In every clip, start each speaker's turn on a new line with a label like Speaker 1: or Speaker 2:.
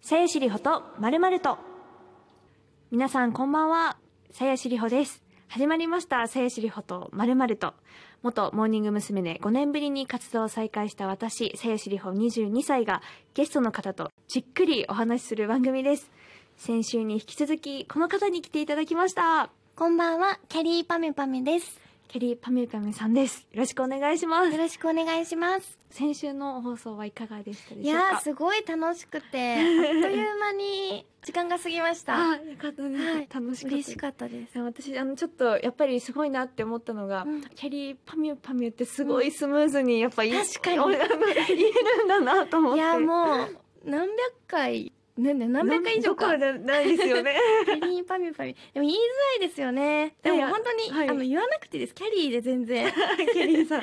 Speaker 1: さやしりほとまるまると。皆さんこんばんは。さやしりほです。始まりました。さやしりほとまるまると。元モーニング娘。で5年ぶりに活動を再開した私、さやしりほ22歳がゲストの方とじっくりお話しする番組です。先週に引き続きこの方に来ていただきました。
Speaker 2: こんばんは、キャリーパメパメです。
Speaker 1: ケリーパミュパミュさんです。よろしくお願いしま
Speaker 2: よ
Speaker 1: す。
Speaker 2: ろしくお願いします。
Speaker 1: 先週の放送はいかがでしたで
Speaker 2: い
Speaker 1: しょう
Speaker 2: や
Speaker 1: か
Speaker 2: ー、すごい楽しくて、あっという間に時間が過ぎました。
Speaker 1: あーよかったです。
Speaker 2: はい
Speaker 1: 楽しかったで
Speaker 2: 嬉
Speaker 1: す
Speaker 2: しかったです。
Speaker 1: 私あのちょっとやっぱりすごいなって思ったのが、
Speaker 2: うん
Speaker 1: キャリーパミュパミュってすごいスムーズにやっぱいい、
Speaker 2: 確かに
Speaker 1: おあの言えるんだなと思っ
Speaker 2: い
Speaker 1: てい
Speaker 2: やー、もう、何百回、なんだよ何百回以上か。
Speaker 1: どこじゃないです よね
Speaker 2: キャリーパミパミ。でも言いづらいですよね。で
Speaker 1: いや
Speaker 2: も本当に、
Speaker 1: はい
Speaker 2: あの、言わなくていいです。キャリーで全然。
Speaker 1: キャリーさん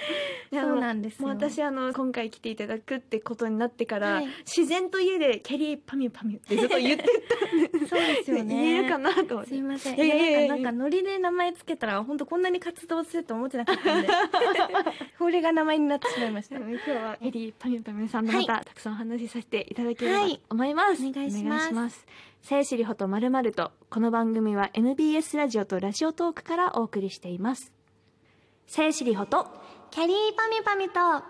Speaker 1: いや
Speaker 2: そうなんですよ。
Speaker 1: もう私あの今回来ていただくってことになってから、
Speaker 2: はい
Speaker 1: 自然と家でキャリーパミュパミュってずっと言って
Speaker 2: そうです
Speaker 1: て、
Speaker 2: よね。
Speaker 1: 言えるかなと思っ
Speaker 2: す
Speaker 1: て
Speaker 2: いません。
Speaker 1: いやいやいやいや
Speaker 2: なんか、なんかノリで名前つけたら、本当こんなに活動すると思ってなかっ たんで。 これが名前になってしまいまし
Speaker 1: あ
Speaker 2: た。
Speaker 1: の今日はエリーパミュパミュさんとまたたくさんお話しさせていただければ
Speaker 2: はい
Speaker 1: と思います、
Speaker 2: お願いします
Speaker 1: お願いしさやしりほとまるまるとこの番組は MBS ラジオとラジオトークからお送りしていますさやしりほと
Speaker 2: キャリーパミュパミュと、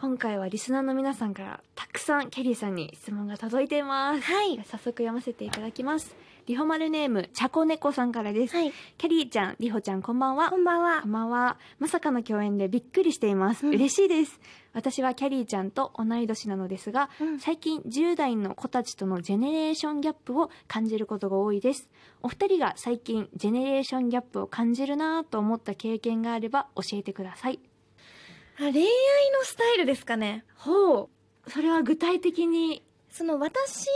Speaker 1: 今回はリスナーの皆さんからたくさんケリーさんに質問が届いています
Speaker 2: はい
Speaker 1: では早速読ませていただきますリホマルネームチャコネコさんからです、
Speaker 2: はい、
Speaker 1: ケリーちゃんリホちゃんこんばんは
Speaker 2: こんばんは
Speaker 1: こん。ばんは。まさかの共演でびっくりしています。
Speaker 2: うん
Speaker 1: 嬉しいです。私はキャリーちゃんと同い年なのですが、
Speaker 2: うん
Speaker 1: 最近10代の子たちとのジェネレーションギャップを感じることが多いです。お二人が最近ジェネレーションギャップを感じるなぁと思った経験があれば教えてください。
Speaker 2: あ恋愛のスタイルですかね。
Speaker 1: ほう。それは具体的に。
Speaker 2: その私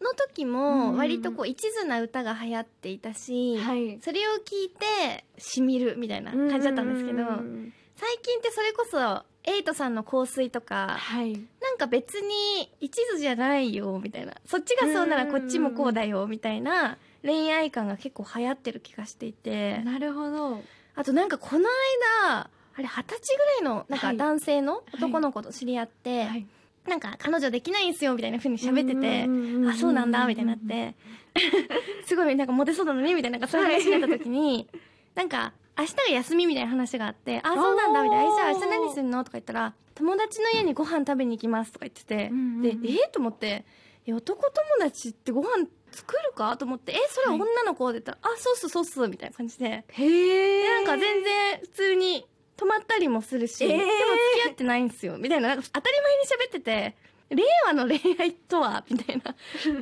Speaker 2: の時
Speaker 1: うん
Speaker 2: も、割とこう、一途な歌が流行っていたし、
Speaker 1: い。
Speaker 2: それを聞いて、しみるみたいな感じだったんですけ
Speaker 1: う
Speaker 2: ど、
Speaker 1: ん
Speaker 2: 最近ってそれこそ、エイトさんの香水とか、
Speaker 1: はい。
Speaker 2: なんか別に一途じゃないよみたいなそっちがそうならこっちもこうだよみたいな恋愛感が結構流行ってる気がしていて
Speaker 1: なるほど。
Speaker 2: あとなんかこの間あれ二十歳ぐらいのな
Speaker 1: は
Speaker 2: んか
Speaker 1: い
Speaker 2: 男性の
Speaker 1: い
Speaker 2: 男の子と知り合って、
Speaker 1: はい
Speaker 2: なんか彼女できないんすよみたいな風に喋ってて、
Speaker 1: うんうんうんうん
Speaker 2: あそうなんだみたいになっ。て すごいなんかモテそうだのねみたいななんかそういう話になった時に、なんか明日が休みみたいな話があってあそうなんだみたいなえじゃあ明日何するのとか言ったら友達の家にご飯食べに行きますとか言ってて、
Speaker 1: うんうん
Speaker 2: でえー、と思ってえ男友達ってご飯作るかと思ってえそれは女の子で言ったら、あそうっすそうっすみたいな感じで
Speaker 1: へ
Speaker 2: で
Speaker 1: え。
Speaker 2: なんか全然普通に泊まったりもするし、
Speaker 1: えー、
Speaker 2: でも付き合ってないんですよみたいななんか当たり前に喋ってて令和の恋愛とはみたいな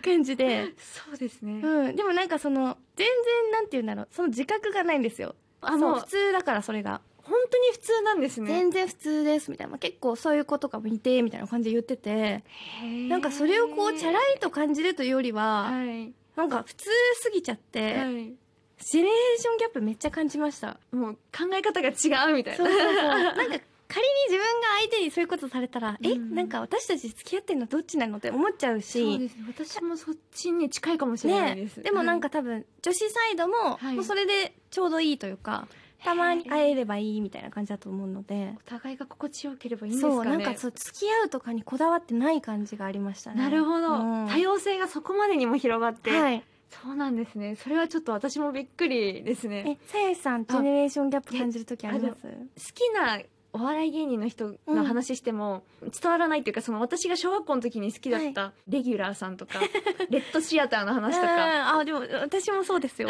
Speaker 2: 感じで
Speaker 1: そうですね。
Speaker 2: うん、でもなんかその全然なんて言うんだろうその自覚がないんですよ
Speaker 1: あ
Speaker 2: そう
Speaker 1: もう
Speaker 2: 普通だからそれが、
Speaker 1: 本当に普通なんですね。
Speaker 2: 全然普通ですみたいなまあ結構そういう子とかもいてみたいな感じで言っててなんかそれをこうチャラいと感じるというよりは、
Speaker 1: はい、
Speaker 2: なんか普通すぎちゃって、
Speaker 1: はい、
Speaker 2: ジェネレーションギャップめっちゃ感じました
Speaker 1: もう考え方が違うみたい
Speaker 2: そ
Speaker 1: な
Speaker 2: うそうそうなんか仮に自分が相手にそういうことされたら、
Speaker 1: う
Speaker 2: え
Speaker 1: ん
Speaker 2: なんか私たち付き合ってるのどっちなのって思っちゃ
Speaker 1: そ
Speaker 2: う
Speaker 1: う
Speaker 2: し
Speaker 1: ですね私もそっちに近いかもしれない
Speaker 2: ね
Speaker 1: です、
Speaker 2: でもなんか多分女子サイドも,、
Speaker 1: はい
Speaker 2: もうそれでちょうどいいというかたまに
Speaker 1: はい
Speaker 2: 会えればいいみたいな感じだと思うので
Speaker 1: お互いが心地よければいいんですかね
Speaker 2: そうなんかそう付き合うとかにこだわってない感じがありましたね
Speaker 1: なるほど、
Speaker 2: うん
Speaker 1: 多様性がそこまでにも広がって、
Speaker 2: はい
Speaker 1: そうなんですねそれはちょっと私もびっくりですね
Speaker 2: えさやしさんジェネレーションギャップ感じる時ありま
Speaker 1: 好
Speaker 2: す
Speaker 1: きなお笑い芸人の人の話しても伝わらないっていうか、その私が小学校の時に好きだったレギュラーさんとか、レッドシアターの話とか
Speaker 2: うんあでも私も そうですよ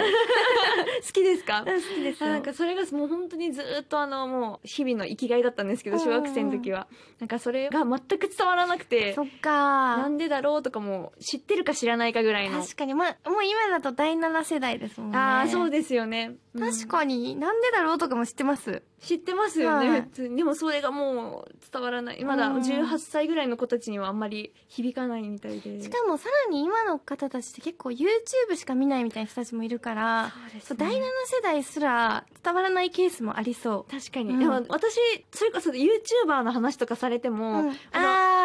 Speaker 1: 好きですか
Speaker 2: 好きですよ
Speaker 1: なんかそれがもう本当にずっとあのもう日々の生きがいだったんですけど
Speaker 2: うん
Speaker 1: 小
Speaker 2: うんうん
Speaker 1: 学生の時はなんかそれが全く伝わらなくて
Speaker 2: そっか
Speaker 1: なんでだろうとかも知ってるか知らないかぐらいの
Speaker 2: 確かにまあもう今だと第7世代ですもんね
Speaker 1: ああそうですよね、うん
Speaker 2: 確かになんでだろうとかも知ってます
Speaker 1: 知ってますよね、
Speaker 2: はい
Speaker 1: 普通にでもそれがもう伝わらないまだ
Speaker 2: うん
Speaker 1: 18歳ぐらいの子たちにはあんまり響かないみたいで
Speaker 2: しかもさらに今の方たちって結構 YouTube しか見ないみたいな人たちもいるから
Speaker 1: そうですね
Speaker 2: そう第7世代すら伝わらないケースもありそ
Speaker 1: 確かに、
Speaker 2: うん
Speaker 1: でも私それこそ YouTuber の話とかされて
Speaker 2: う、
Speaker 1: も、
Speaker 2: うん
Speaker 1: あの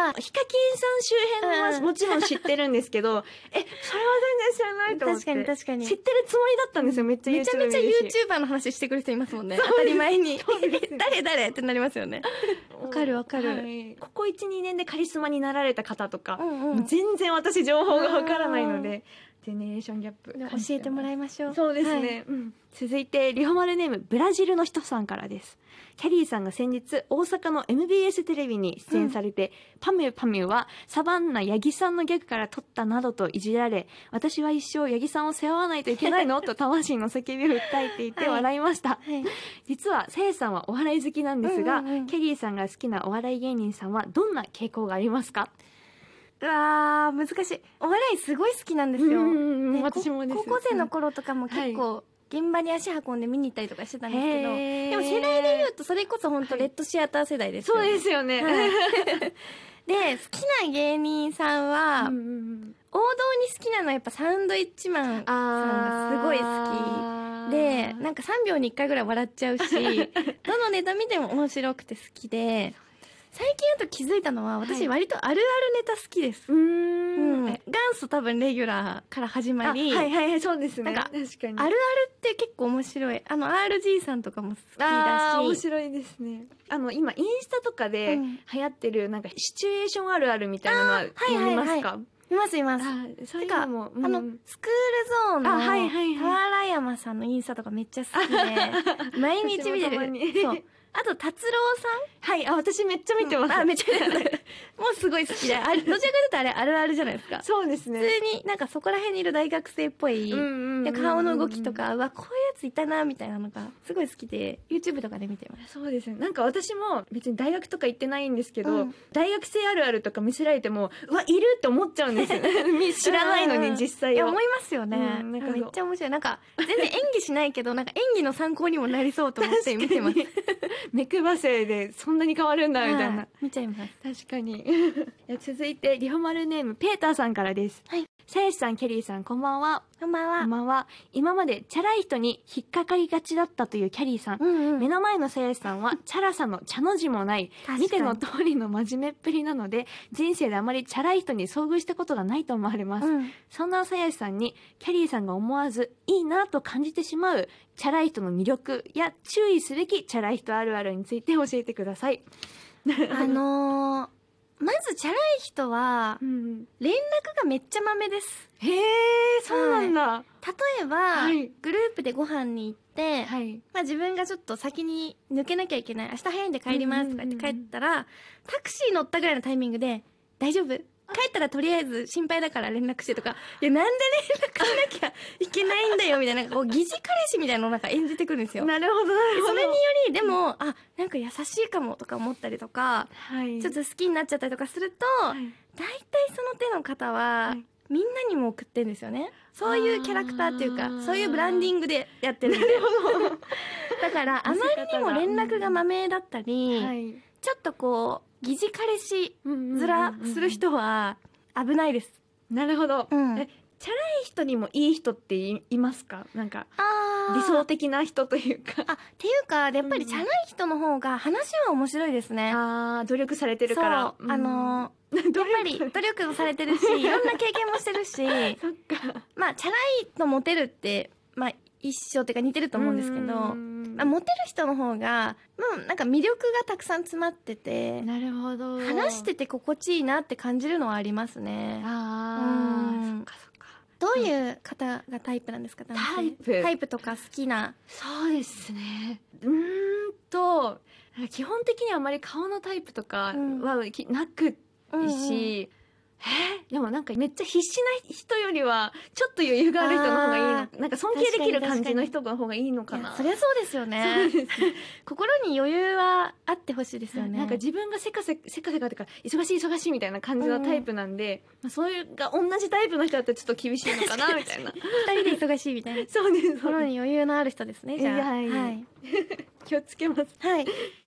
Speaker 2: あ
Speaker 1: ヒカキンさん周辺は
Speaker 2: うん
Speaker 1: もちろん知ってるんですけど、 え、それは全然知らないと思って。
Speaker 2: 確かに確かに
Speaker 1: 知ってるつもりだったんですよ、めっちゃ YouTube
Speaker 2: めちゃめちゃ
Speaker 1: 見るし
Speaker 2: YouTuber の話してくる人いますもん ね
Speaker 1: そうです
Speaker 2: 当たり前に
Speaker 1: そうです
Speaker 2: 誰誰ってなりますよねわかるわかる
Speaker 1: はいここ1、2年でカリスマになられた方とか、
Speaker 2: ん
Speaker 1: もう
Speaker 2: 教
Speaker 1: 全然私情報がわからないので、ジェネレーションギャップ感じ
Speaker 2: えてもら
Speaker 1: い
Speaker 2: いましょう
Speaker 1: そうですね、
Speaker 2: はい
Speaker 1: うん続いてリホマルネームブラジルの人さんからですキャリーさんが先日大阪の MBS テレビに出演されて、パミュパミュはサバンナ八木さんのギャグから取ったなどといじられ私は一生八木さんを背負わないといけないの と魂の叫びを訴えていて
Speaker 2: はい
Speaker 1: 笑いました、
Speaker 2: はい
Speaker 1: 実はさやさんはお笑い好きなんですが、
Speaker 2: うんうんうん
Speaker 1: キャリーさんが好きなお笑い芸人さんはどんな傾向がありますか
Speaker 2: うわー難しいお笑いすごい好きなんですよ、
Speaker 1: うんうんうん
Speaker 2: ね
Speaker 1: 私もです
Speaker 2: こ高校生の頃とかも結構現場に足運んで見に行ったりとかしてたんですけど
Speaker 1: へ
Speaker 2: で
Speaker 1: ー
Speaker 2: も世代で言うとそれこそ本当レッドシアター世代ですよ
Speaker 1: そう
Speaker 2: ね、
Speaker 1: ですよね、
Speaker 2: はい で好きな芸人さんは、
Speaker 1: うんうんうん
Speaker 2: 王道に好きなのはやっぱサンドイッチマンさんがすごい好きでなんか3秒に1回ぐらい笑っちゃう しどのネタ見ても面白くて好きで最近あと気づいたのは
Speaker 1: はい
Speaker 2: 私割とあるあるネタ好きです、
Speaker 1: うーん、
Speaker 2: うん
Speaker 1: あ
Speaker 2: 元祖多分レギュラーから始ま
Speaker 1: はい
Speaker 2: りあ,、
Speaker 1: はいはいそうですね
Speaker 2: なんか
Speaker 1: 確かに
Speaker 2: るあるって結構面白いあの RG さんとかも好き
Speaker 1: あー面
Speaker 2: だし
Speaker 1: 白いですねあの今インスタとかで
Speaker 2: うん
Speaker 1: 流行ってるなんかシチュエーションあるあるみたいなのは
Speaker 2: ーはい
Speaker 1: 見ま
Speaker 2: は
Speaker 1: す
Speaker 2: い
Speaker 1: か
Speaker 2: いますいます
Speaker 1: あーそういうのもうん
Speaker 2: あの、スクールゾーンの、
Speaker 1: あはいはいはい
Speaker 2: 俵山さんのインスタとかめっちゃ好 きで、毎日見て
Speaker 1: 私もたまに
Speaker 2: る。そう。あと、達郎
Speaker 1: はいあ私めっちゃ
Speaker 2: さん
Speaker 1: 見てます、
Speaker 2: あ、めっちゃ見てます。もうすごい好きで、あれ、どちらかというとあれ、あるあるじゃないですか。
Speaker 1: そうです
Speaker 2: 普
Speaker 1: ね
Speaker 2: 通に、なんかそこら辺にいる大学生っぽい、
Speaker 1: ん
Speaker 2: で顔の動きとか、うわ、こういうやついたな、みたいなのが、すごい好きで、YouTube とかで見てます。
Speaker 1: そうですねなんか私も別に大学とか行ってないんですけど、
Speaker 2: うん
Speaker 1: 大学生あるあるとか見せられてもうわいるって思っちゃうんです よみ知らないの
Speaker 2: うん
Speaker 1: に実
Speaker 2: い
Speaker 1: 際
Speaker 2: や、
Speaker 1: は
Speaker 2: 思いますよね。
Speaker 1: うん
Speaker 2: め
Speaker 1: なんかそう
Speaker 2: っちゃ面白い。なんか、全然演技しないけど、なんか演技の参考にもなりそうと思って見てます。
Speaker 1: 目配せでそんなに変わるんだみたい
Speaker 2: は
Speaker 1: な。
Speaker 2: 見ちゃいます。
Speaker 1: 確かに いや続いてリホマルネームペーターさんからです
Speaker 2: はい
Speaker 1: さやしさんケリーさんこんばんは
Speaker 2: こんばんは
Speaker 1: こん。ばんは今までチャラい人に引っかかりがちだったというキャリーさん、
Speaker 2: うん
Speaker 1: 目の前のさやしさ んはチャラさの茶の字もない
Speaker 2: 確かに
Speaker 1: 見ての通りの真面目っぷりなので人生であまりチャラい人に遭遇したことがないと思われます、
Speaker 2: うん、
Speaker 1: そんなさやしさんにキャリーさんが思わずいいなと感じてしまうチャラい人の魅力や注意すべきチャラい人あるあるについて教えてください。
Speaker 2: あのーまずチャラい人は
Speaker 1: うん、
Speaker 2: 連絡がめっちゃまめです
Speaker 1: へえそうなんだ。
Speaker 2: 例えば、
Speaker 1: はい
Speaker 2: グループでご飯に行って、
Speaker 1: はい。
Speaker 2: まあ、自分がちょっと先に抜けなきゃいけない明日早いんで帰りますとか言って帰ったら、タクシー乗ったぐらいのタイミングで「大丈夫帰ったらとりあえず心配だから連絡して」とか「いやなんで連絡しなきゃいけないんだよ」みたいななんかこう疑似彼氏みたいなのをなんか演じてくるんですよ。
Speaker 1: なるほどなるほど。
Speaker 2: それによりでもあなんか優しいかもとか思ったりとか
Speaker 1: はい。
Speaker 2: ちょっと好きになっちゃったりとかすると、
Speaker 1: はい
Speaker 2: 大体その手の方は、
Speaker 1: はい
Speaker 2: みんなにも送ってんですよねそういうキャラクターっていう
Speaker 1: あ
Speaker 2: か
Speaker 1: ー
Speaker 2: そういうブランディングでやってるんでだからあまりにも連絡がまめだったり、
Speaker 1: はい。
Speaker 2: ちょっとこう疑似彼氏
Speaker 1: ず
Speaker 2: 面する。人は危ないです、
Speaker 1: なるほど。
Speaker 2: うん
Speaker 1: えチャラい人にもいい人っていいますか。なんか
Speaker 2: あ
Speaker 1: 理想的な人というか。
Speaker 2: あっていうかやっぱりチャラい人の方が話は面白いですね、
Speaker 1: ああ努力されてるから。
Speaker 2: そうあのー
Speaker 1: ー、努
Speaker 2: やっぱり
Speaker 1: 力。
Speaker 2: 努力もされて るしいろんな経験もしてるし
Speaker 1: そっか。
Speaker 2: まあチャラいとモテるってまあ一緒っていうか似てると思うんですけど、まあ、
Speaker 1: な
Speaker 2: モテる人の方がまあなんか魅力がたくさん詰まってて
Speaker 1: るほど。
Speaker 2: 話してて心地いいなって感じるのはありますね
Speaker 1: ああ、
Speaker 2: うん
Speaker 1: そっかそっか。
Speaker 2: どういう方がタイプなんですか男性
Speaker 1: タイプ
Speaker 2: タイプとか好きな
Speaker 1: そうですね。うーんと、基本的にあまり顔のタイプとかはきなくって
Speaker 2: うんうん
Speaker 1: し、えーでもなんかめっちゃ必死な人よりは、ちょっと余裕がある人の方がいい
Speaker 2: あ
Speaker 1: の。なんか尊敬できる
Speaker 2: 確かに
Speaker 1: 感
Speaker 2: 確か
Speaker 1: じ
Speaker 2: に
Speaker 1: の人の方がいいのか
Speaker 2: いや
Speaker 1: な。
Speaker 2: そりゃそうですよね
Speaker 1: そうですね
Speaker 2: 心に余裕はあってほしいですよね
Speaker 1: なんか自分がせかせかせかせかとか忙しい忙しいみたいな感じのタイプなんで、まあ、そういうが同じタイプの人だったらちょっと厳しいのかなみたいな
Speaker 2: 二人で忙しいみたいな
Speaker 1: そうですそう
Speaker 2: 心
Speaker 1: です
Speaker 2: に余裕のある人ですねじゃあ
Speaker 1: いやいや
Speaker 2: はい
Speaker 1: 気をつけます
Speaker 2: はい